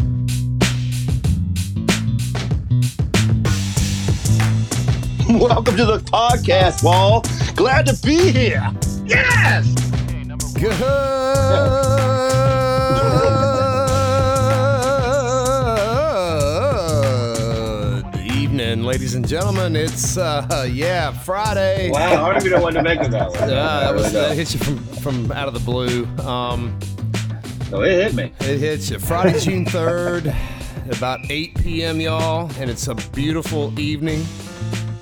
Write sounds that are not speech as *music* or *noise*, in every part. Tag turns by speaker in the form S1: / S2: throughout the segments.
S1: *laughs* Welcome to the podcast, Wall. Glad to be here. Yes.
S2: Good evening, ladies and gentlemen. It's uh, yeah, Friday.
S3: Wow, I don't even know what to make
S2: *laughs*
S3: of that one.
S2: Uh, that was that
S3: Really
S2: hit you from, from out of the blue. Um,
S3: don't. No, it hit me.
S2: it hits you Friday, June third, about eight p.m. y'all, and it's a beautiful evening.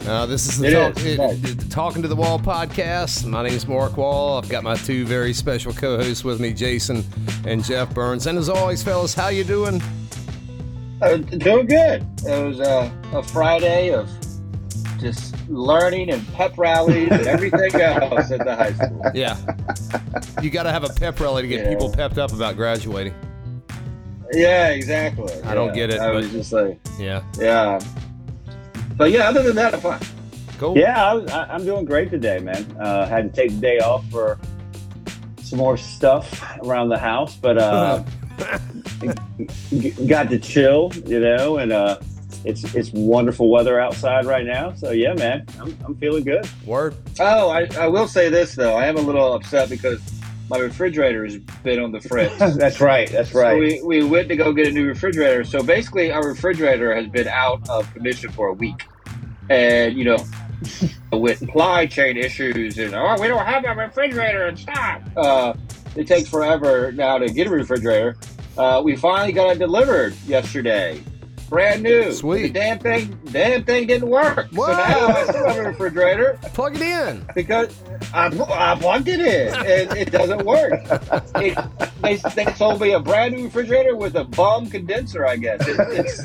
S2: Uh, this is the
S3: It
S2: talk,
S3: is,
S2: it-
S3: nice.
S2: it- Talking to the Wall podcast. My name is Mark Wall. I've got my two very special co-hosts with me, Jason and Jeff Burns. And as always, fellas, how you doing?
S3: Uh, doing good. It was uh, a Friday of just learning and pep rallies and
S2: *laughs*
S3: everything else at the high school. *laughs*
S2: Yeah. you got to have a pep rally to get
S3: Yeah.
S2: people pepped up about graduating.
S3: Yeah, exactly.
S2: I don't
S3: Yeah,
S2: get it,
S3: I was
S2: but-
S3: just like,
S2: Yeah.
S3: yeah. But yeah, other than that, I'm fine.
S2: Cool.
S4: Yeah, I was, I, I'm doing great today, man. Uh, had to take the day off for some more stuff around the house, but uh, g- got to chill, you know. And uh, it's it's wonderful weather outside right now, so yeah, man, I'm, I'm feeling good.
S2: Word.
S3: Oh, I, I will say this, though. I am a little upset because my refrigerator has been on
S2: *laughs*
S3: the fritz.
S4: that's right. That's
S3: So we, we went to go get a new refrigerator. So basically, our refrigerator has been out of commission for a week. And, you know, *laughs* with supply chain issues and, oh, we don't have a refrigerator in stock. Uh, it takes forever now to get a refrigerator. Uh, we finally got it delivered yesterday. Brand new.
S2: Sweet.
S3: The damn thing, damn thing didn't work.
S2: What?
S3: So now I still have a refrigerator
S2: Plug it in.
S3: because I, I plugged it in and it doesn't work. It, they, they sold me a brand new refrigerator with a bum condenser, I guess. It- it's,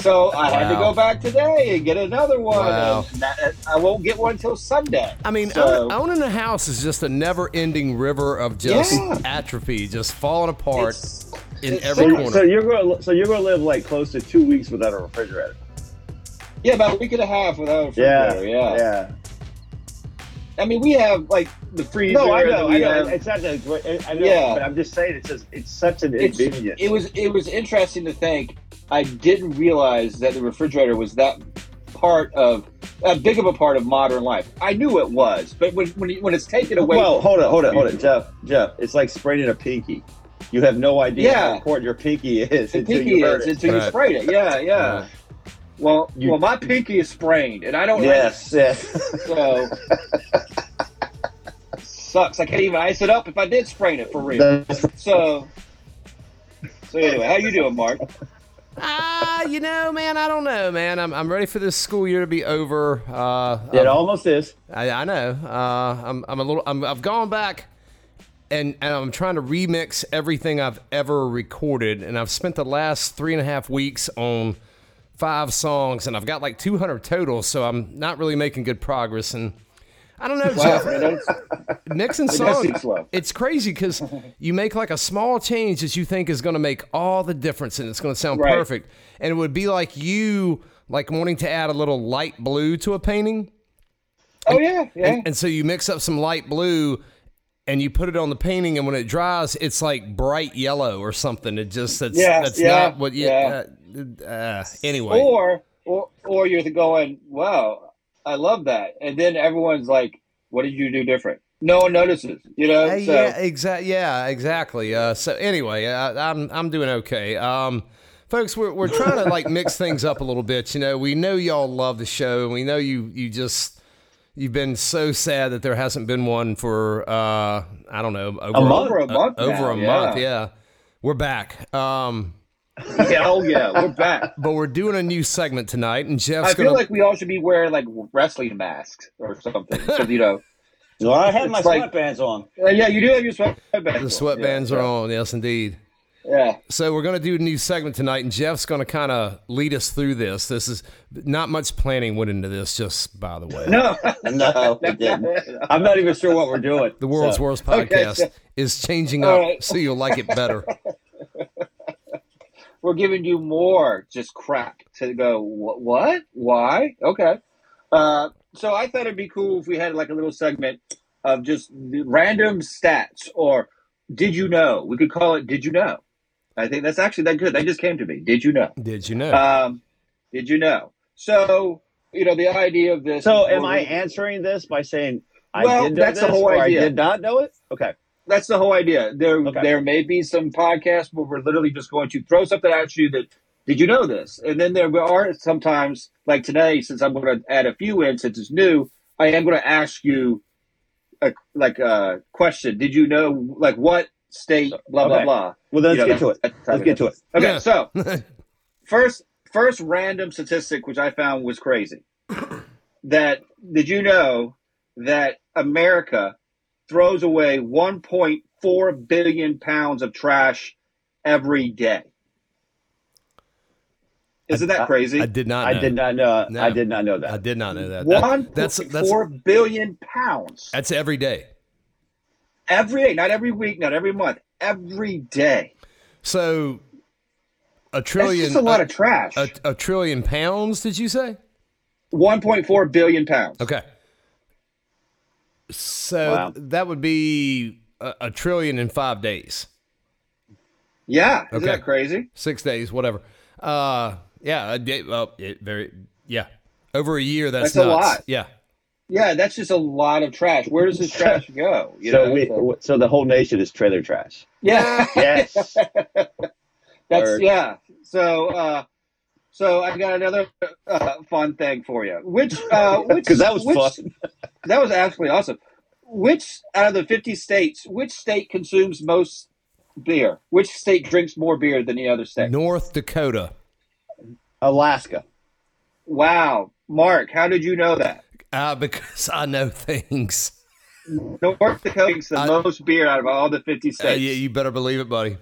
S3: so I had to
S2: Wow.
S3: go back today and get another one.
S2: Wow.
S3: And that- I won't get one until Sunday.
S2: I mean,
S3: So-
S2: own- owning a house is just a never-ending river of just
S3: Yeah.
S2: atrophy, just falling apart
S3: It's-
S2: in
S3: it's
S2: every
S4: So,
S2: corner.
S4: so you're going. So you're going to live like close to two weeks without a refrigerator.
S3: yeah, about a week and a half without a
S4: Yeah,
S3: refrigerator. Yeah.
S4: yeah.
S3: I mean, we have like the freezer.
S4: No, I
S3: and
S4: know.
S3: we
S4: I know.
S3: have-
S4: It's not that great. I I know.
S3: Yeah.
S4: But I'm just saying. It's just. It's such an
S3: It's-
S4: inconvenience.
S3: it was it was interesting to think. I didn't realize that the refrigerator was that part of that big of a part of modern life. I knew it was, but when when, when it's taken away,
S4: Well, hold on, hold on, hold on, Jeff. Jeff, it's like spraining a pinky. You have no idea
S3: Yeah.
S4: how important your pinky is
S3: the
S4: until
S3: pinky
S4: you hurt
S3: is
S4: it.
S3: until you
S2: Right.
S3: sprain it. Yeah, yeah.
S2: Right.
S3: Well,
S4: You-
S3: well, my pinky is sprained, and I don't.
S2: *laughs*
S4: Yes, yes.
S3: ice, so. Sucks. I can't even ice it up if I did sprain it for real.
S4: That's-
S3: So, so anyway, how you doing, Mark?
S2: Ah, you know, man, I don't know, man. I'm, I'm ready for this school year to be over. Uh,
S4: it
S2: I'm-
S4: almost is.
S2: I, I know. Uh, I'm, I'm a little. I'm, I've gone back, and, and I'm trying to remix everything I've ever recorded, and I've spent the last three and a half weeks on five songs, and I've got like 200 total, so I'm not really making good progress. And I don't know,
S3: Wow,
S2: Jeff.
S3: man, that's- *laughs*
S2: Mixing
S3: does seem
S2: songs,
S3: slow.
S2: it's crazy because you make like a small change that you think is going to make all the difference and it's going to sound
S3: Right.
S2: perfect. And it would be like you like wanting to add a little light blue to a painting.
S3: oh yeah, yeah.
S2: And, and so you mix up some light blue and you put it on the painting and when it dries it's like bright yellow or something it just that's
S3: Yeah,
S2: that's
S3: yeah,
S2: not what you
S3: yeah.
S2: uh, uh, anyway
S3: or or or you're going, wow, I love that, and then everyone's like, what did you do different? No one notices, you know.
S2: Uh,
S3: so
S2: yeah, exactly. Yeah, exactly. Uh, so anyway, I, I'm I'm doing okay. Um, folks, we're we're trying to like mix things up a little bit. You know, we know y'all love the show, and we know you you just you've been so sad that there hasn't been one for uh, I don't know over
S4: month?
S3: over a month,
S2: uh, over
S3: now,
S2: a
S3: yeah.
S2: month. Yeah, we're back. Um,
S3: yeah, oh yeah,
S2: *laughs*
S3: we're back.
S2: but we're doing a new segment tonight, and Jeff's
S3: I
S2: gonna
S3: feel like we all should be wearing like wrestling masks or something, 'cause,
S2: *laughs*
S3: you know.
S4: Well, I had my
S3: It's like-
S4: sweatbands on.
S3: Uh, yeah, you do have your sweatbands.
S2: the sweatbands are on. Yes, indeed.
S3: Yeah,
S2: So we're going to do a new segment tonight, and Jeff's going to kind of lead us through this. This is not much planning went into this, just by the way.
S3: no, *laughs*
S4: *laughs* No, it didn't. I'm not even sure what we're doing.
S2: The world's
S4: So,
S2: worst
S3: Okay,
S2: podcast
S3: so-
S2: is changing
S3: All
S2: up,
S3: right.
S2: so you'll like it
S3: *laughs*
S2: better.
S3: we're giving you more just crap to go. What? what? Why? Okay. Uh, so I thought it'd be cool if we had like a little segment of just random stats or did you know? We could call it did you know? I think Uh, that's actually that good. That just came to me. Um, Did you know?
S2: Did you know?
S3: Um, did you know? So you know, the idea of this.
S4: So,
S3: is
S4: am
S3: where
S4: I
S3: we-
S4: answering this by saying I
S3: Well,
S4: did know
S3: that's the
S4: this
S3: whole
S4: or
S3: idea.
S4: I did not know it? Okay.
S3: That's the whole idea. There,
S4: Okay.
S3: there may be some podcasts where we're literally just going to throw something at you that did you know this, and then there are sometimes like today, since I'm going to add a few in since it's new, I am going to ask you a like a question. Did you know like what state? Blah
S4: Okay.
S3: blah
S4: Well,
S3: blah.
S4: then let's get to it. Let's get to it.
S3: Okay,
S2: Yeah. *laughs*
S3: so first first random statistic which I found was
S2: *clears throat*
S3: crazy. that did you know that America throws away 1.4 billion pounds of trash every day? Isn't that crazy?
S2: I did not.
S4: I
S2: know.
S4: did not know.
S2: No.
S4: I did not know
S2: I
S4: that.
S2: did not know that. That-
S3: One
S2: that's that's
S3: four billion pounds
S2: that's every day.
S3: every day, not every week, not every month, every day.
S2: So a
S3: That's
S2: trillion. uh,
S3: just a lot of trash.
S2: a, a trillion pounds. Did you say?
S3: 1.4 billion pounds.
S2: Okay. So
S4: Wow.
S2: th- that would be a, a trillion in five days,
S3: Yeah, isn't
S2: Okay.
S3: that crazy?
S2: six days, whatever. Uh, yeah, a day, well, it very, yeah, over a year. That's,
S3: That's a
S2: nuts.
S3: lot.
S2: Yeah,
S3: Yeah, that's just a lot of trash. Where does this
S2: *laughs*
S3: trash go? You
S4: so
S3: know,
S4: we,
S3: so-
S4: so the whole nation is
S3: *laughs*
S4: trailer trash.
S3: yeah,
S4: Yes.
S3: that's
S4: Word.
S3: yeah. So, uh, so I got another uh, fun thing for you. Which,
S2: *laughs*
S3: uh, which,
S4: Because that was
S3: which,
S4: fun.
S3: That was absolutely awesome. Which out of the fifty states, which state consumes most beer? Which state drinks more beer than the other state?
S2: North Dakota.
S4: Alaska.
S3: Wow, Mark, how did you know that?
S2: Uh, *laughs* because I know things.
S3: North Dakota drinks the
S2: I-
S3: most beer out of all the fifty
S2: Uh,
S3: states.
S2: yeah, you better believe it, buddy.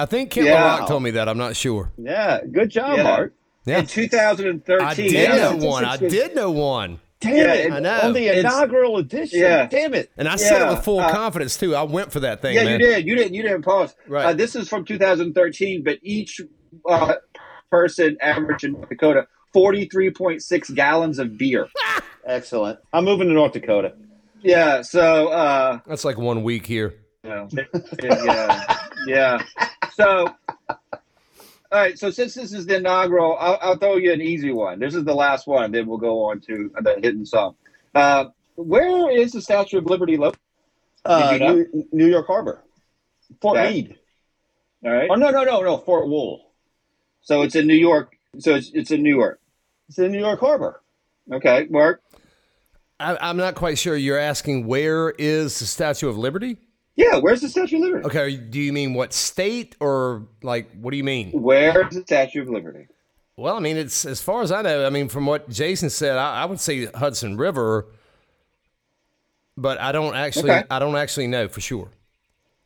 S2: I think Kent
S3: Yeah.
S2: LaRock told me that. I'm not sure.
S4: Yeah. Good job,
S3: Yeah.
S4: Mark.
S2: Yeah,
S3: In 2013,
S2: I did
S3: yeah.
S2: know one. I did know one,
S4: Damn
S3: Yeah,
S4: it.
S2: I know.
S4: On the
S3: It's-
S4: inaugural edition.
S3: Yeah.
S4: Damn it.
S2: and I said it
S3: Yeah,
S2: with full
S3: uh,
S2: confidence too. I went for that thing.
S3: Yeah,
S2: man.
S3: you did. You didn't. You didn't pause.
S2: Right.
S3: Uh, this is from 2013, but each uh, person averaged in North Dakota 43.6 gallons of
S2: *laughs*
S3: beer.
S4: Excellent. I'm moving to North Dakota.
S3: Yeah. So, uh,
S2: That's like one week here.
S3: you know, yeah, yeah. So, all right. So since this is the inaugural, I'll, I'll throw you an easy one. This is the last one, and then we'll go on to the hidden song. Uh, where is the Statue of Liberty located?
S4: Uh,
S3: you know?
S4: New, New York Harbor. Fort
S3: Okay.
S4: Meade.
S3: All right.
S4: Oh, no, no, no, no. Fort Wool.
S3: So it's in New York. So it's, it's in New York.
S4: It's in New York Harbor.
S3: Okay, Mark.
S2: I, I'm not quite sure. You're asking where is the Statue of Liberty?
S3: Yeah, where's the Statue of Liberty?
S2: Okay, do you mean what state or like what do you mean?
S3: Where's the Statue of Liberty?
S2: Well, I mean it's as far as I know. I mean from what Jason said, I, I would say Hudson River, but I don't actually
S3: Okay.
S2: I don't actually know for sure.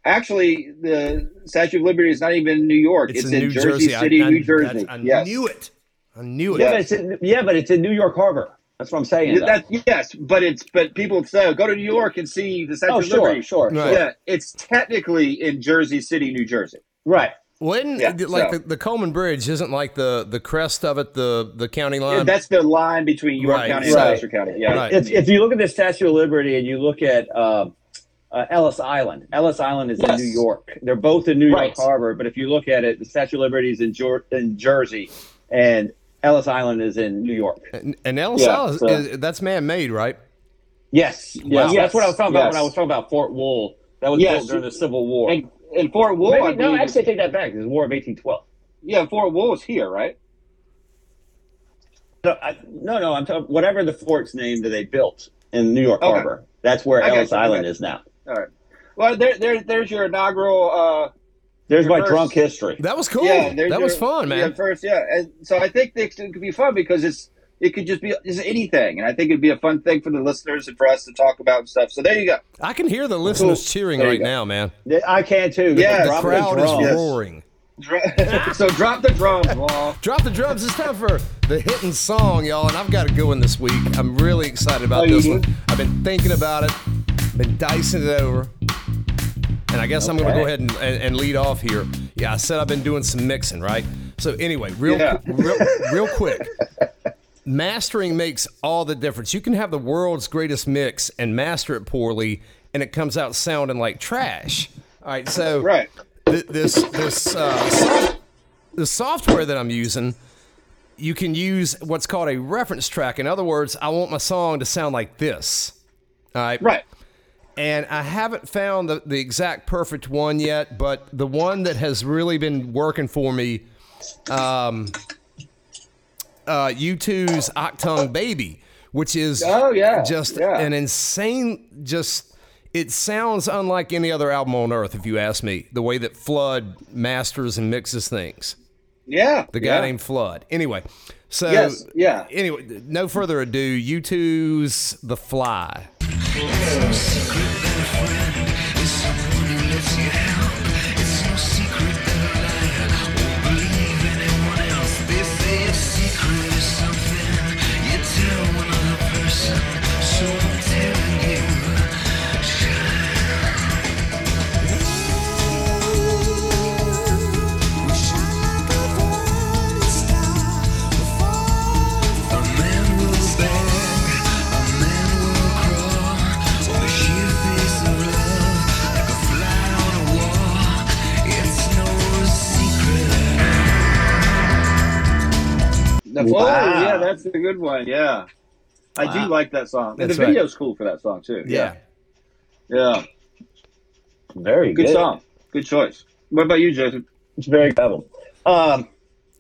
S3: Actually, the Statue of Liberty is not even in New York. It's, in, Jersey, City,
S2: I, I-
S3: New Jersey.
S2: I, I
S3: yes.
S2: knew it. I knew it.
S4: Yeah, but it's in, yeah, but it's in New York Harbor. That's what I'm saying. though.
S3: That's, yes, but it's but people say "Oh, go to New York and see the Statue
S4: oh,
S3: of
S4: sure,
S3: Liberty.
S4: sure.
S2: Right.
S4: sure.
S3: Yeah, it's technically in Jersey City, New Jersey.
S4: Right.
S2: When
S3: Yeah,
S2: like
S3: so-
S2: the, the Coleman Bridge isn't like the the crest of it the the county line.
S3: That's the line between York
S2: Right,
S3: County and
S4: right.
S3: Lancaster County. Yeah,
S2: Right.
S4: It's, if you look at the Statue of Liberty and you look at um uh, Ellis Island, Ellis Island is
S3: Yes.
S4: in New York. They're both in New
S3: Right.
S4: York Harbor, but if you look at it, the Statue of Liberty is in, Jer- in Jersey, and Ellis Island is in New York.
S2: and, and El
S3: Yeah,
S2: Sal is-
S3: so-
S2: is- that's man made, right?
S4: Yes,
S3: Wow.
S4: yes, that's what I was talking about
S3: Yes.
S4: when I was talking about Fort Wool. That was
S3: Yes.
S4: built during the Civil War.
S3: and, and Fort Wool. I
S4: Maybe, no,
S3: believe, is-
S4: actually, I take that back. It was the War of 1812.
S3: yeah, Fort Wool is here, right?
S4: No, I, no, no. I'm talking whatever the fort's name that they built in New York
S3: Okay.
S4: Harbor. That's where
S3: I got
S4: Ellis
S3: you, I
S4: Island
S3: got
S4: is now.
S3: All right. Well, there, there, there's your inaugural. Uh,
S4: There's my
S3: Reverse.
S4: drunk history.
S2: That was cool.
S3: Yeah,
S2: that
S3: there's
S2: was
S3: your-
S2: fun, man.
S3: Yeah, first, yeah, and so I think this could be fun because it's it could just be it's anything, and I think it'd be a fun thing for the listeners and for us to talk about and stuff. So there you go.
S2: I can hear the listeners
S3: Cool.
S2: cheering
S3: There you
S2: right
S3: go.
S2: now, man.
S4: I can too.
S3: Yes.
S2: The
S4: Drop
S2: crowd
S4: drum.
S2: is
S3: Yes.
S2: roaring.
S3: Dr- *laughs* so drop the drums, Wall.
S2: Drop the drums. It's time for the hitting song, y'all. And I've got a good one this week. I'm really excited about
S3: Oh, you
S2: this
S3: do?
S2: one. I've been thinking about it, been dicing it over. And I guess I'm going to go
S4: Okay.
S2: ahead and, and, and lead off here. Yeah, I said I've been doing some mixing, right? So, anyway, real,
S3: Yeah.
S2: qu- real, real quick.
S3: *laughs*
S2: Mastering makes all the difference. You can have the world's greatest mix and master it poorly, and it comes out sounding like trash. All right, so
S3: Right.
S2: th- this this uh, soft, the software that I'm using, you can use what's called a reference track. In other words, I want my song to sound like this. All right.
S3: Right.
S2: And I haven't found the, the exact perfect one yet, but the one that has really been working for me, um, uh, U2's Octung Baby, which is
S3: Oh, yeah,
S2: just
S3: yeah.
S2: an insane, just, it sounds unlike any other album on earth, if you ask me, the way that Flood masters and mixes things.
S3: Yeah.
S2: The guy
S3: yeah.
S2: named Flood. Anyway, so
S3: Yes, yeah.
S2: Anyway, no further ado. You two's The Fly.
S3: The Flow, Yeah, that's a good one. Yeah. I do like that song. And
S2: That's
S3: the
S2: right.
S3: video's cool for that song, too. Yeah.
S4: Very
S3: Good song. Good choice. What about you, Jason?
S4: It's a very good album. Um,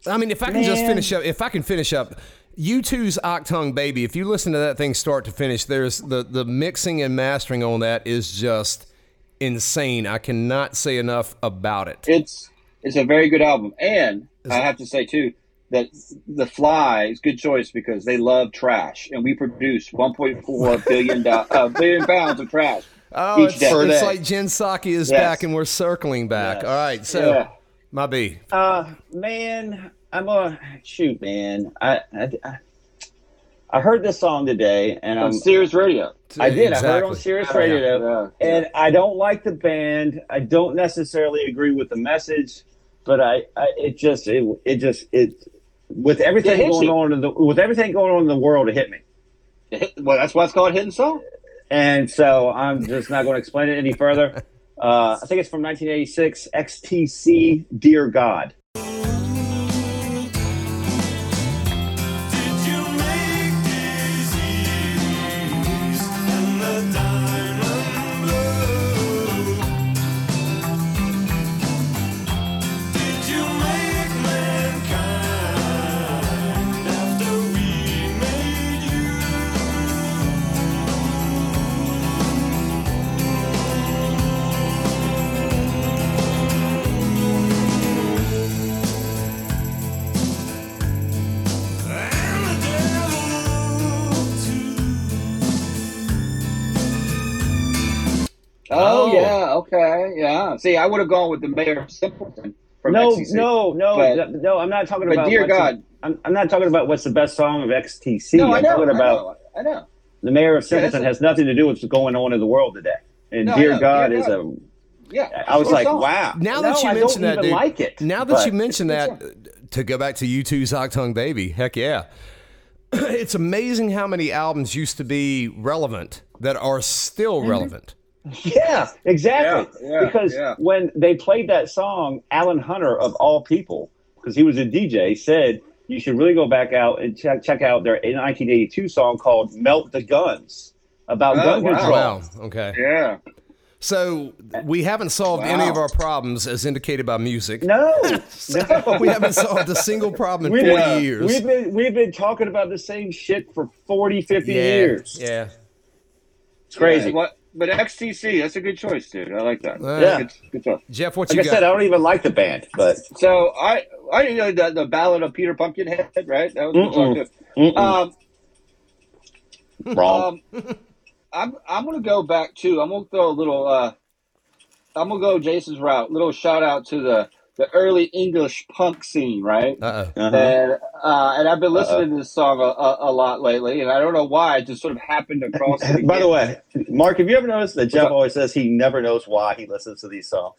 S2: I mean, if I can just
S4: Man.
S2: finish up, if I can finish up, U two's Octung Baby. If you listen to that thing start to finish, there's the the mixing and mastering on that is just insane. I cannot say enough about it.
S3: It's it's a very good album. And I have to say, too, that The Fly is a good choice because they love trash. And we
S2: *laughs*
S3: produce 1.4 billion, do- uh, billion pounds of trash
S2: Oh,
S3: each
S2: it's,
S3: day.
S2: it's like Jen Psaki is
S4: Yes.
S2: back and we're circling back.
S4: Yes.
S2: All right, so
S3: Yeah.
S2: my B.
S4: uh, man, I'm gonna shoot, man. I, I, I- I heard this song today, and
S3: on
S4: I'm,
S3: Sirius Radio.
S4: I did. I heard it on
S2: Exactly.
S4: Sirius Radio,
S3: Yeah.
S4: and I don't like the band. I don't necessarily agree with the message, but I, I it just, it, it just, it, with everything
S3: hits
S4: going
S3: you.
S4: on in the, with everything going on in the world, it hit me.
S3: Well, that's why it's called Hidden Song.
S4: and so I'm just not going to explain it
S3: *laughs*
S4: any further. Uh, I think it's from 1986, XTC, Dear God.
S3: Oh,
S2: Oh.
S3: yeah, okay, yeah. See, I would have gone with the mayor of Simpleton from
S4: No,
S3: XTC.
S4: no, no,
S3: But-
S4: no. I'm not talking
S3: but
S4: about.
S3: Dear
S4: what's the-
S3: God.
S4: I'm, I'm not talking about what's the best song of XTC.
S3: no, I
S4: I'm
S3: know.
S4: talking
S3: I
S4: about
S3: know, I know.
S4: the mayor of
S3: Yeah, that's
S4: Simpleton
S3: a-
S4: has nothing to do with what's going on in the world today. And
S3: No, I know.
S4: Dear God
S3: Dear
S4: is a.
S3: Yeah,
S4: I was
S3: Short
S4: like,
S3: song.
S4: wow.
S2: Now
S4: No,
S2: that you
S4: I
S2: mention
S4: don't
S2: that,
S4: even
S2: dude,
S4: like it.
S2: Now that
S4: but-
S2: you mention that, uh, to go back to U2's Octung Baby, heck yeah. *clears throat* it's amazing how many albums used to be relevant that are still relevant.
S4: Yeah, exactly.
S3: Yeah, yeah,
S4: because
S3: yeah.
S4: when they played that song, Alan Hunter of all people, because he was a DJ, said you should really go back out and check check out their 1982 song called "Melt the Guns" about
S3: Oh,
S4: gun
S3: wow.
S4: control.
S2: Wow. Okay.
S3: Yeah,
S2: So we haven't solved any of our problems as indicated by music. *laughs*
S4: No, no.
S2: We haven't solved a single problem in
S4: *laughs* We've
S2: 40
S4: been-
S2: years.
S4: We've been we've been talking about the same shit for 40, 50
S2: yeah.
S4: years.
S2: Yeah.
S4: It's crazy.
S3: Yeah, What? But XTC, that's a good choice, dude. I like that.
S2: Uh,
S4: Yeah.
S3: Good, good choice.
S2: Jeff, what
S4: Like
S2: you
S4: I
S2: got?
S4: said, I don't even like the band, but
S3: So I, I you know the, the ballad of Peter Pumpkinhead, right? That was a good song
S4: Mm-mm.
S3: too.
S4: mm-mm,
S3: Um,
S4: wrong.
S3: um,
S4: *laughs*
S3: I'm I'm gonna go back to I'm gonna throw a little. Uh, I'm gonna go Jason's route. Little shout out to the the early English punk scene, right?
S4: *laughs*
S2: Uh-oh.
S4: Uh-huh.
S3: and uh, and I've been listening to this song a, a, a lot lately, and I don't know why. It just sort of
S4: *laughs*
S3: happened across. It
S4: By the
S3: again.
S4: way, Mark, have you ever noticed that
S3: What's
S4: Jeff
S3: up?
S4: always says he never knows why he listens to these songs?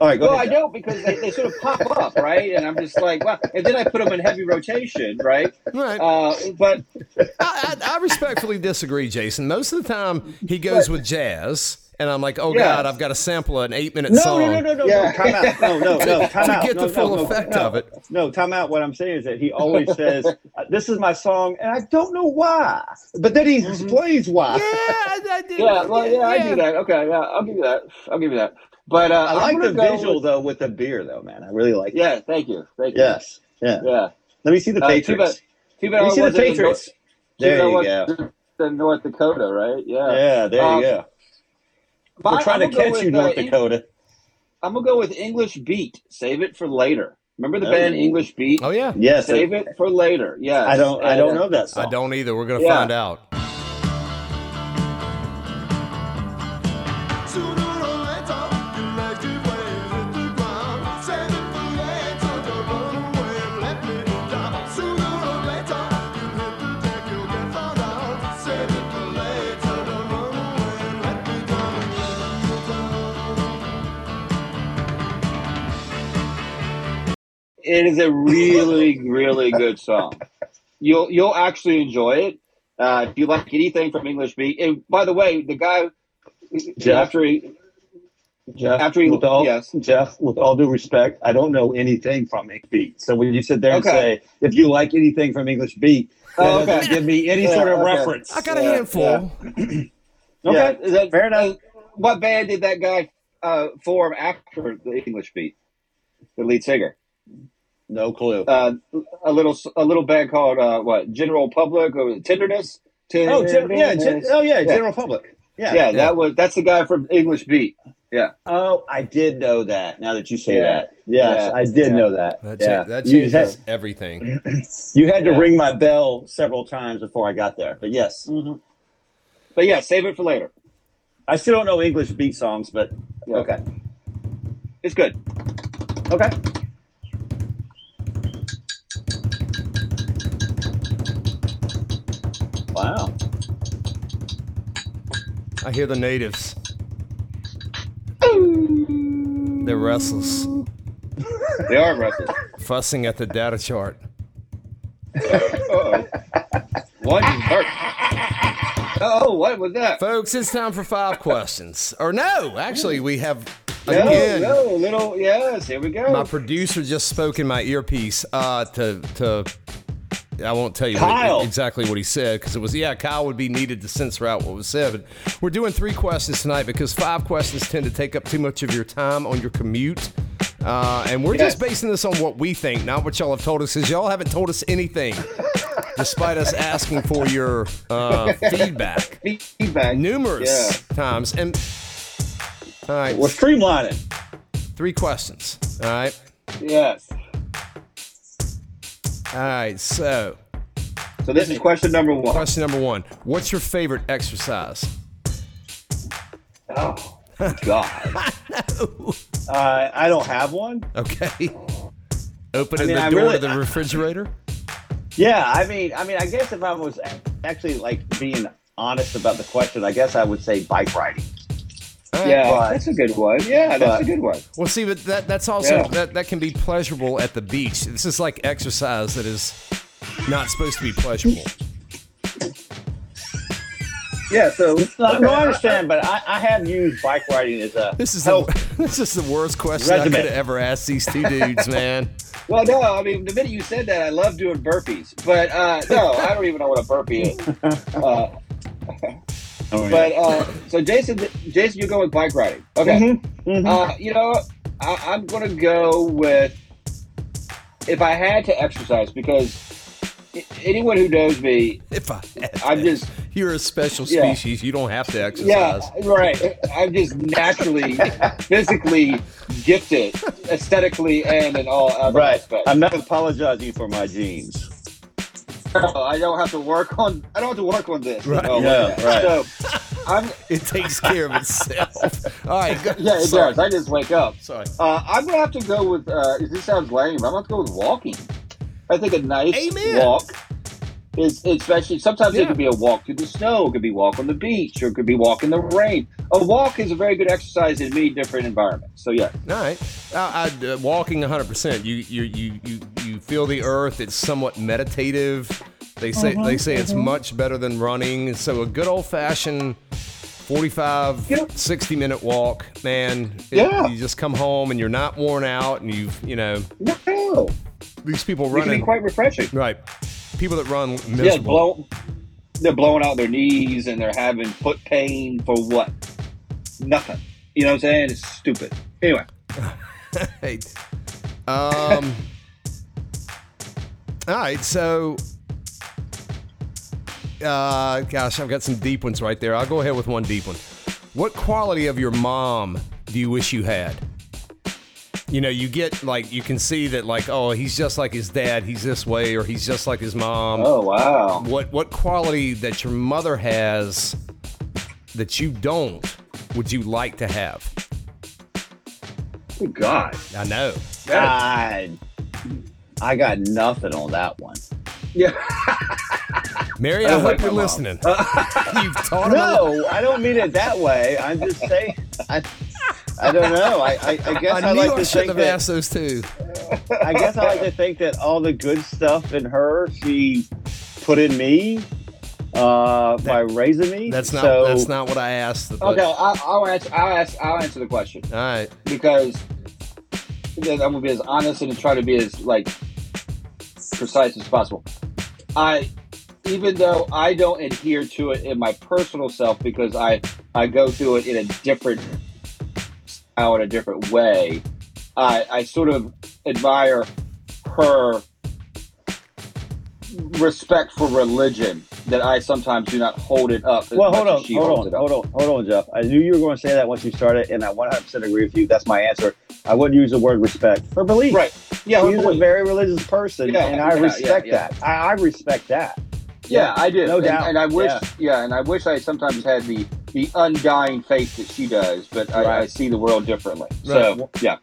S4: All right, go
S3: well, I
S4: ahead. Jeff.
S3: don't because they, they sort of pop up, right? And I'm just like, wow. And then I put them in heavy rotation, right?
S2: All right.
S3: Uh, but
S2: I, I, I respectfully disagree, Jason. Most of the time, he goes with jazz, and I'm like, oh
S3: Yeah.
S2: god, I've got to sample an eight minute
S4: No,
S2: song.
S4: no, no, no, no,
S3: Yeah.
S4: no. Time out. No, no,
S3: *laughs*
S4: no. Time
S2: To
S4: out.
S2: get
S4: no,
S2: the
S4: no,
S2: full
S4: no,
S2: effect
S4: no.
S2: of it.
S4: No, time out. What I'm saying is that he always says, uh, "This is my song," and I don't know why.
S1: But then he
S3: Mm-hmm.
S1: explains why.
S2: Yeah, I, I did. *laughs*
S3: Yeah, well, yeah, I do that. Okay, yeah, I'll give you that. I'll give you that. But uh,
S4: I
S3: I'm
S4: like
S3: gonna
S4: the
S3: go
S4: visual
S3: with-
S4: though with the beer though, man. I really like. it.
S3: yeah, thank you, thank you.
S4: Yes. Yeah.
S3: yeah.
S4: Let me see the
S3: Uh, too
S4: Patriots.
S3: bad- Too bad. I
S4: Let me see the
S3: wasn't in
S4: Patriots.
S3: Nor- too
S4: There
S3: bad I
S4: you go.
S3: wasn't In North Dakota, right? Yeah.
S4: Yeah, there
S3: Um,
S4: you go.
S3: My-
S4: We're trying
S3: I'm
S4: to
S3: gonna go
S4: catch
S3: with,
S4: you,
S3: uh,
S4: North
S3: Eng-
S4: Dakota.
S3: I'm gonna go with English Beat. Save it for later. Remember the
S4: Oh.
S3: band English Beat?
S2: Oh yeah,
S4: Yes.
S3: Save it for later. Yeah.
S4: I don't. I don't know that
S2: I
S4: song.
S2: don't either. We're gonna
S3: Yeah.
S2: find out.
S3: It is a really, really good song. You'll you'll actually enjoy it uh, if you like anything from English Beat. And by the way, the guy
S4: Jeff?
S3: after he
S4: Jeff,
S3: After he-
S4: with all,
S3: yes.
S4: Jeff, with all due respect, I don't know anything from English Beat. So when you sit there and
S3: Okay.
S4: say, if you like anything from English Beat, that
S3: Oh, okay.
S4: doesn't give me any
S3: Yeah,
S4: sort of
S3: okay.
S4: reference.
S2: I got a
S3: Yeah,
S2: handful.
S3: yeah. okay,
S4: Yeah,
S3: is that-
S4: fair enough.
S3: uh, what band did that guy uh, form after the English Beat? The lead singer,
S4: No clue.
S3: uh, a little a little band called uh, what General Public or Tenderness.
S4: oh, gen- yeah, gen-
S3: Tenderness.
S4: oh, yeah, general public. Yeah.
S3: yeah, that was that's the guy from English Beat. Yeah.
S4: Oh, I did know that. Now that you say
S3: Yeah.
S4: that, yes,
S3: Yeah.
S4: I did
S3: Yeah.
S4: know that.
S2: That,
S4: yeah,
S2: cha- that
S4: you
S2: changes
S4: had,
S2: everything.
S4: you had to
S3: Yeah.
S4: ring my bell several times before I got there. But yes,
S3: Mm-hmm. But yeah, save it for later.
S4: I still don't know English Beat songs, but
S3: Yeah.
S4: okay,
S3: It's good.
S4: okay. Wow.
S2: I hear the natives. They're restless,
S3: They are wrestlers.
S2: fussing at the data chart.
S3: Uh-oh. One hurt. Oh, what was that?
S2: Folks, it's time for five questions. Or no, actually, we have
S3: No,
S2: again.
S3: Oh, no, little yes. Here we go.
S2: My producer just spoke in my earpiece uh, to to. I won't tell you what-
S4: Kyle.
S2: exactly what he said because it was yeah. Kyle would be needed to censor out what was said. But we're doing three questions tonight because five questions tend to take up too much of your time on your commute. Uh, and we're just
S3: Yes.
S2: basing this on what we think, not what y'all have told us, because y'all haven't told us
S4: *laughs*
S2: anything, despite us asking for your uh,
S4: *laughs*
S2: feedback
S3: feedback.
S2: numerous times. And all right,
S4: We're streamlining.
S2: three questions. All right.
S3: Yeah. Yes.
S2: All right, so
S3: So this is question number one.
S2: question number one: What's your favorite exercise? *laughs*
S3: Oh God.
S2: *laughs*
S4: Uh, I don't have one.
S2: Okay, opening
S4: I mean,
S2: the
S4: I
S2: door
S4: really-
S2: to the
S3: *laughs*
S2: refrigerator.
S4: Yeah, I mean, I mean, I guess if I was a- actually like being honest about the question, I guess I would say bike riding.
S2: All right.
S3: Yeah,
S4: But-
S3: that's a good one. Yeah, that's a
S4: but-
S3: good one.
S2: Well, see, but that that's also
S3: Yeah.
S2: that that can be pleasurable at the beach. This is like exercise that is not supposed to be pleasurable.
S3: Yeah. *laughs* So
S4: No, no, I understand, but I, I have used bike riding as a
S2: This is *laughs*
S4: health.
S2: the, this is the worst question I
S4: Regimen.
S2: could have ever asked these two
S3: *laughs*
S2: dudes, man.
S3: well, no. I mean, the minute you said that, I love doing burpees. But uh, no, I don't even know what a burpee is. Uh, But uh, so Jason, Jason, you're going with bike riding. Okay.
S4: Mm-hmm.
S3: Uh, you know, I, I'm gonna go with if I had to exercise because i- anyone who knows me,
S2: If I, had
S3: I'm
S2: that.
S3: just
S2: you're a special
S3: Yeah.
S2: species. You don't have to exercise.
S3: yeah, right. I'm just naturally, physically gifted, aesthetically, and in all other
S4: right.
S3: aspects.
S4: I'm not apologizing for my jeans.
S3: So I don't have to work on. I don't have to work on this.
S2: Right.
S3: No,
S4: Yeah, right.
S3: So I'm.
S2: It takes care of
S3: *laughs*
S2: itself. All right. Go, *laughs*
S3: Yeah, it
S2: sorry.
S3: does. I just wake up.
S2: Sorry.
S3: Uh, I'm gonna have to go with. Uh, this sounds lame. but I'm gonna have to go with walking. I think a nice
S2: Amen.
S3: walk is especially. Sometimes
S2: Yeah.
S3: it could be a walk through the snow. It could be walk on the beach, or it could be walk in the rain. A walk is a very good exercise in many different environments. So yeah,
S2: All right, I, I, uh, walking 100. percent You you you you you feel the earth. It's somewhat meditative. They say they say it's much better than running. So a good old fashioned 45,
S1: Yeah.
S2: 60 minute walk, man. it-
S1: Yeah.
S2: You just come home and you're not worn out and you've, you know,
S3: No,
S2: these people
S3: it can be
S2: running.
S3: quite refreshing.
S2: right. People that run miserable.
S3: Yeah, blow, they're blowing out their knees and they're having foot pain for what? Nothing. You know what I'm saying? It's stupid. Anyway,
S2: Hey. Um. *laughs* all right, so. Uh, gosh, I've got some deep ones right there. I'll go ahead with one deep one. What quality of your mom do you wish you had? You know, you get like you can see that like, oh, he's just like his dad. He's this way, or he's just like his mom.
S3: oh wow,
S2: What what quality that your mother has that you don't would you like to have?
S3: good God,
S2: I know.
S4: God, I got nothing on that one.
S3: yeah,
S2: Mary,
S3: I
S2: I,
S3: don't
S2: hope
S3: like
S2: you're
S3: my mom.
S2: listening. You've taught him. a-
S4: No, I don't mean it that way. I'm just saying. I, I don't know. I, I, I guess I,
S2: I knew I,
S4: like to
S2: shouldn't
S4: think
S2: have
S4: that.
S2: asked those two.
S4: I guess I like to think that all the good stuff in her she put in me uh, by raising me.
S2: That's not.
S4: So,
S2: that's not what I asked. but-
S3: Okay,
S2: All
S3: I, I'll answer. I'll ask. I'll answer the question
S2: right.
S3: because because I'm gonna be as honest and try to be as like precise as possible. I, even though I don't adhere to it in my personal self because I I go through it in a different style in a different way. I I sort of admire her respect for religion that I sometimes do not hold it up. As
S4: Well,
S3: much
S4: hold
S3: as
S4: on,
S3: she
S4: hold
S3: holds
S4: on,
S3: it up.
S4: hold on, hold on, Jeff. I knew you were going to say that once you started, and I 100% agree with you. That's my answer. I wouldn't use the word respect for belief.
S3: Right. Yeah,
S4: She's
S3: hold
S4: a
S3: on.
S4: very religious person,
S3: Yeah,
S4: and I
S3: yeah,
S4: respect
S3: yeah, yeah.
S4: that. I, I respect that.
S3: Yeah, I do.
S4: No
S3: and,
S4: doubt.
S3: And I wish,
S4: Yeah.
S3: yeah. and I wish I sometimes had the the undying faith that she does, but I, I
S4: Right.
S3: see the world differently.
S2: Right.
S3: So yeah,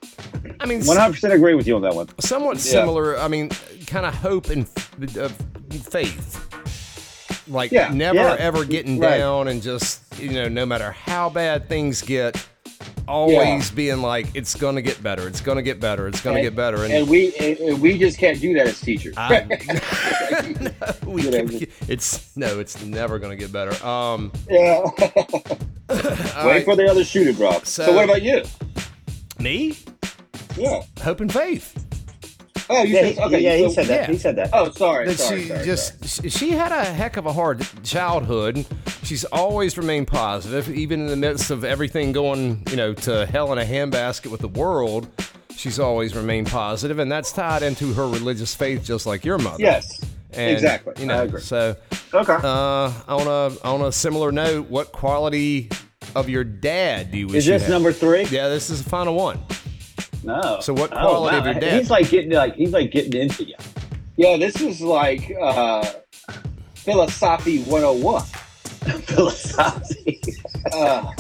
S2: I mean, s-
S4: 100% agree with you on that one.
S2: somewhat
S3: Yeah.
S2: similar. I mean, kind of hope and f- uh, faith. Like
S3: Yeah,
S2: never
S4: yeah.
S2: ever getting
S4: Right.
S2: down and just you know, no matter how bad things get, always being like, it's gonna get better. It's gonna get better. It's gonna
S3: And-
S2: get better.
S3: and we and, and we just can't do that as teachers.
S2: I, *laughs* no, we
S3: Good
S2: can-
S3: answer.
S2: it's no, it's never gonna get better. Um,
S3: yeah. *laughs*
S2: all
S3: Wait
S2: right.
S3: for the other shoe to drop. So,
S2: So-
S3: what about you?
S2: me,
S3: Yeah.
S2: hope and faith.
S3: Oh, you
S4: Yeah,
S3: said
S4: he,
S3: okay.
S4: yeah, he
S3: so-
S4: said that.
S2: yeah.
S4: He said that.
S3: Oh, sorry.
S2: that
S3: sorry,
S2: she
S3: sorry, sorry.
S2: just she- she had a heck of a hard childhood. She's always remained positive, even in the midst of everything going, you know, to hell in a handbasket with the world. She's always remained positive, and that's tied into her religious faith, just like your mother.
S3: yes.
S2: And,
S3: exactly.
S2: You know,
S3: I agree.
S2: so
S3: Okay.
S2: uh, on a on a similar note, what quality of your dad do you wish
S4: Is
S2: you
S4: this
S2: had?
S4: number three?
S2: Yeah, this is the final one.
S4: No. Oh,
S2: So what quality of your dad?
S4: He's like getting like he's like getting into you.
S3: yeah, this is like uh, philosophy 101.
S4: *laughs* Philosophy.
S3: Uh,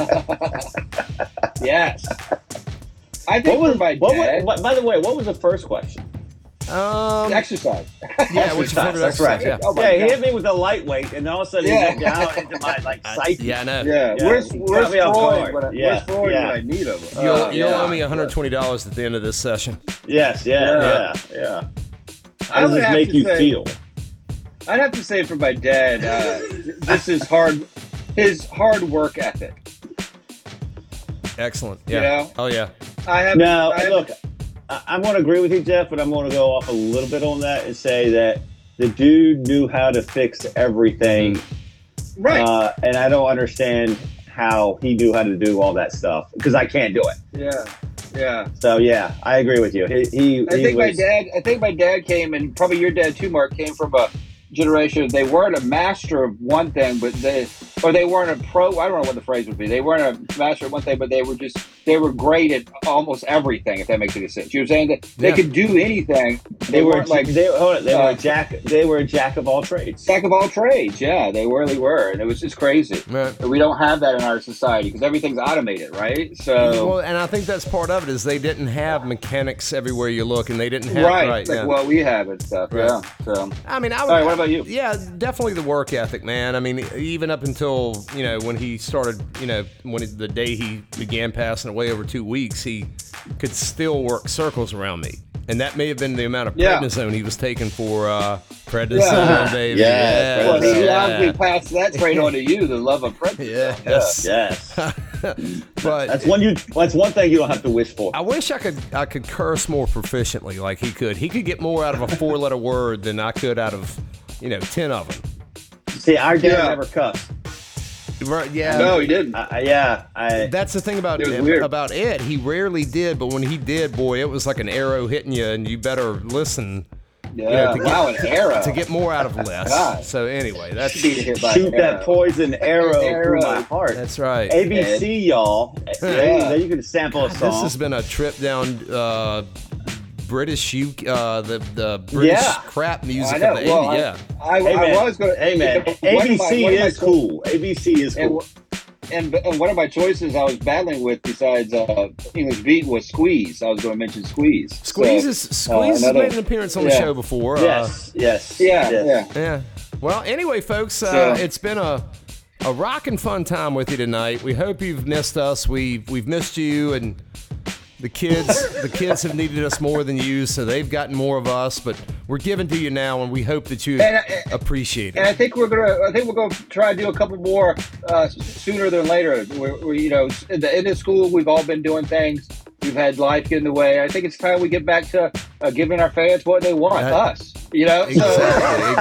S3: *laughs* yes. I think
S4: What was
S3: for my
S4: what,
S3: dad,
S4: was- what- By the way, what was the first question?
S2: Um,
S4: *laughs*
S3: exercise.
S2: yeah, what's your
S4: exercise,
S2: favorite
S4: that's
S2: exercise?
S4: right.
S2: Yeah.
S3: Oh my
S4: yeah, he
S3: God.
S4: hit me with a lightweight, and all of a sudden
S3: Yeah.
S4: he went down into my like psyche.
S2: Yeah, *laughs* I know.
S3: Oh, Yeah,
S4: Yeah,
S3: where's
S4: he
S3: where's
S4: cut me off
S3: Freud?
S4: guard.
S3: When I,
S4: Yeah,
S3: Where's Freud
S4: yeah.
S3: when I need him?
S2: You'll,
S3: Uh,
S2: you'll
S4: yeah.
S2: owe me $120 at the end of this session.
S4: Yes. Yeah.
S3: Yeah.
S4: Yeah.
S3: I
S4: Yeah. How does
S3: would
S4: this
S3: have
S4: make
S3: to
S4: you
S3: say,
S4: feel?
S3: I'd have to say for my dad, uh, this is hard. His hard work ethic.
S2: Excellent.
S3: You
S2: Yeah.
S3: know?
S2: Oh, yeah.
S3: I have
S4: No,
S3: I have-
S4: look, I, I'm going to agree with you, Jeff, but I'm going to go off a little bit on that and say that the dude knew how to fix everything,
S3: right.
S4: uh, and I don't understand how he knew how to do all that stuff because I can't do it.
S3: yeah, yeah.
S4: So yeah, I agree with you. He, he,
S3: I
S4: he
S3: think my
S4: was-
S3: dad. I think my dad came, and probably your dad too, Mark, came from a generation. They weren't a master of one thing, but they, or they weren't a pro. I don't know what the phrase would be. They weren't a master of one thing, but they were just they were great at almost everything. If that makes any sense, you know what I'm saying? That they
S2: Yeah.
S3: could do anything. They,
S4: They were
S3: weren't like
S4: like they, hold on, they were
S3: uh,
S4: a jack. They were a jack of all trades.
S3: jack of all trades. Yeah, they really were, and it was just crazy.
S2: Right.
S3: We don't have that in our society because everything's automated, right? So.
S2: Well, and I think that's part of it is they didn't have mechanics everywhere you look, and they didn't have
S3: Right,
S2: right.
S3: like
S2: yeah.
S3: what we have and stuff.
S2: Right.
S3: Yeah. So,
S2: I mean, I would.
S3: all right. What about you?
S2: Yeah, definitely the work ethic, man. I mean, even up until you know when he started, you know, when it- the day he began passing away over two weeks, he could still work circles around me, and that may have been the amount of
S3: Yeah.
S2: prednisone he was taking for uh, prednisone,
S3: Yeah.
S2: baby.
S1: Yes,
S3: Well, he
S1: Yeah.
S3: loudly passed that trade on to you, the love of Prince.
S2: yeah. Yes.
S4: Yes,
S2: But
S4: that's one you. That's one thing you don't have to wish for.
S2: I wish I could I could curse more proficiently like he could. He could get more out of a four letter word than I could out of you know ten of them.
S4: See, our dad
S3: Yeah.
S4: never cussed.
S2: Right, yeah.
S3: No, he didn't.
S4: I, I- yeah, I.
S2: That's the thing about
S3: It was weird.
S2: about Ed. He rarely did, but when he did, boy, it was like an arrow hitting you, and you better listen
S3: Yeah,
S2: to get-
S3: wow, an arrow.
S2: to get more out of less.
S3: God.
S2: So anyway,
S3: Should
S2: that's
S3: be hit by an
S4: shoot that
S3: arrow.
S4: poison arrow,
S3: Arrow.
S4: through my heart.
S2: that's right.
S4: ABC, y'all.
S3: Yeah.
S4: There you can sample a
S2: This
S4: song.
S2: has been a trip down uh, British U uh, the the British
S4: Yeah.
S2: crap music
S3: I
S2: of
S3: know.
S2: the eighties.
S3: Well, I,
S2: yeah,
S3: I, I,
S4: Hey man,
S3: was going *laughs*
S4: hey man, ABC is cool. ABC is
S3: And,
S4: cool.
S3: and and one of my choices I was battling with besides uh, English beat was Squeeze. I was going to mention Squeeze.
S2: Squeeze
S3: So,
S2: is Squeeze
S3: another-
S2: has made an appearance on the
S3: yeah.
S2: show before. uh,
S4: Yes, yes,
S3: yeah,
S4: yes.
S3: yeah.
S2: Yeah. Well, anyway, folks, uh,
S3: So-
S2: it's been a a rockin' fun time with you tonight. We hope you've missed us. We we've missed you, and the kids the kids have needed us more than you, so they've gotten more of us. But we're giving to you now, and we hope that you
S3: And I-
S2: appreciate
S3: And
S2: it.
S3: I think we're gonna. I think we're gonna try to do a couple more uh, sooner than later. We're, we're, you know, at the end of school, we've all been doing things. We've had life get in the way. I think it's time we get back to uh, giving our fans what they want.
S2: That-
S3: us, you know. So,
S2: Exactly,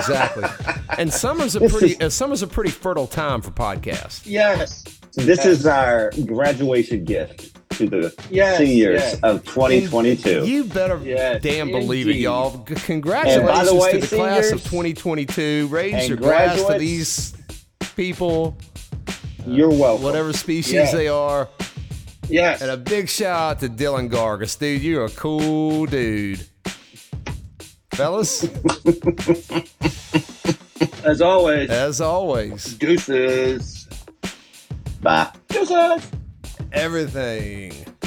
S2: exactly. And summer's a
S4: This
S2: pretty
S4: is-
S2: uh, summer's a pretty fertile time for podcasts.
S3: yes.
S4: This is our graduation gift to the
S3: Yes,
S4: seniors
S3: yes.
S4: of 2022.
S2: You better
S3: Yes,
S2: damn believe it,
S3: indeed.
S2: y'all. C- Congratulations
S4: way,
S2: to the class of
S4: seniors
S2: 2022. Raise
S4: and
S2: your glass to
S4: graduates,
S2: these people,
S4: You're welcome.
S2: whatever species
S3: Yeah.
S2: they are.
S3: Yes.
S2: And um, a big shout out to Dylan Gargas. Dude, you're a cool dude.
S4: *laughs*
S2: Fellas,
S3: As always,
S2: as always,
S3: deuces.
S4: Bye.
S3: Deuces.
S2: everything.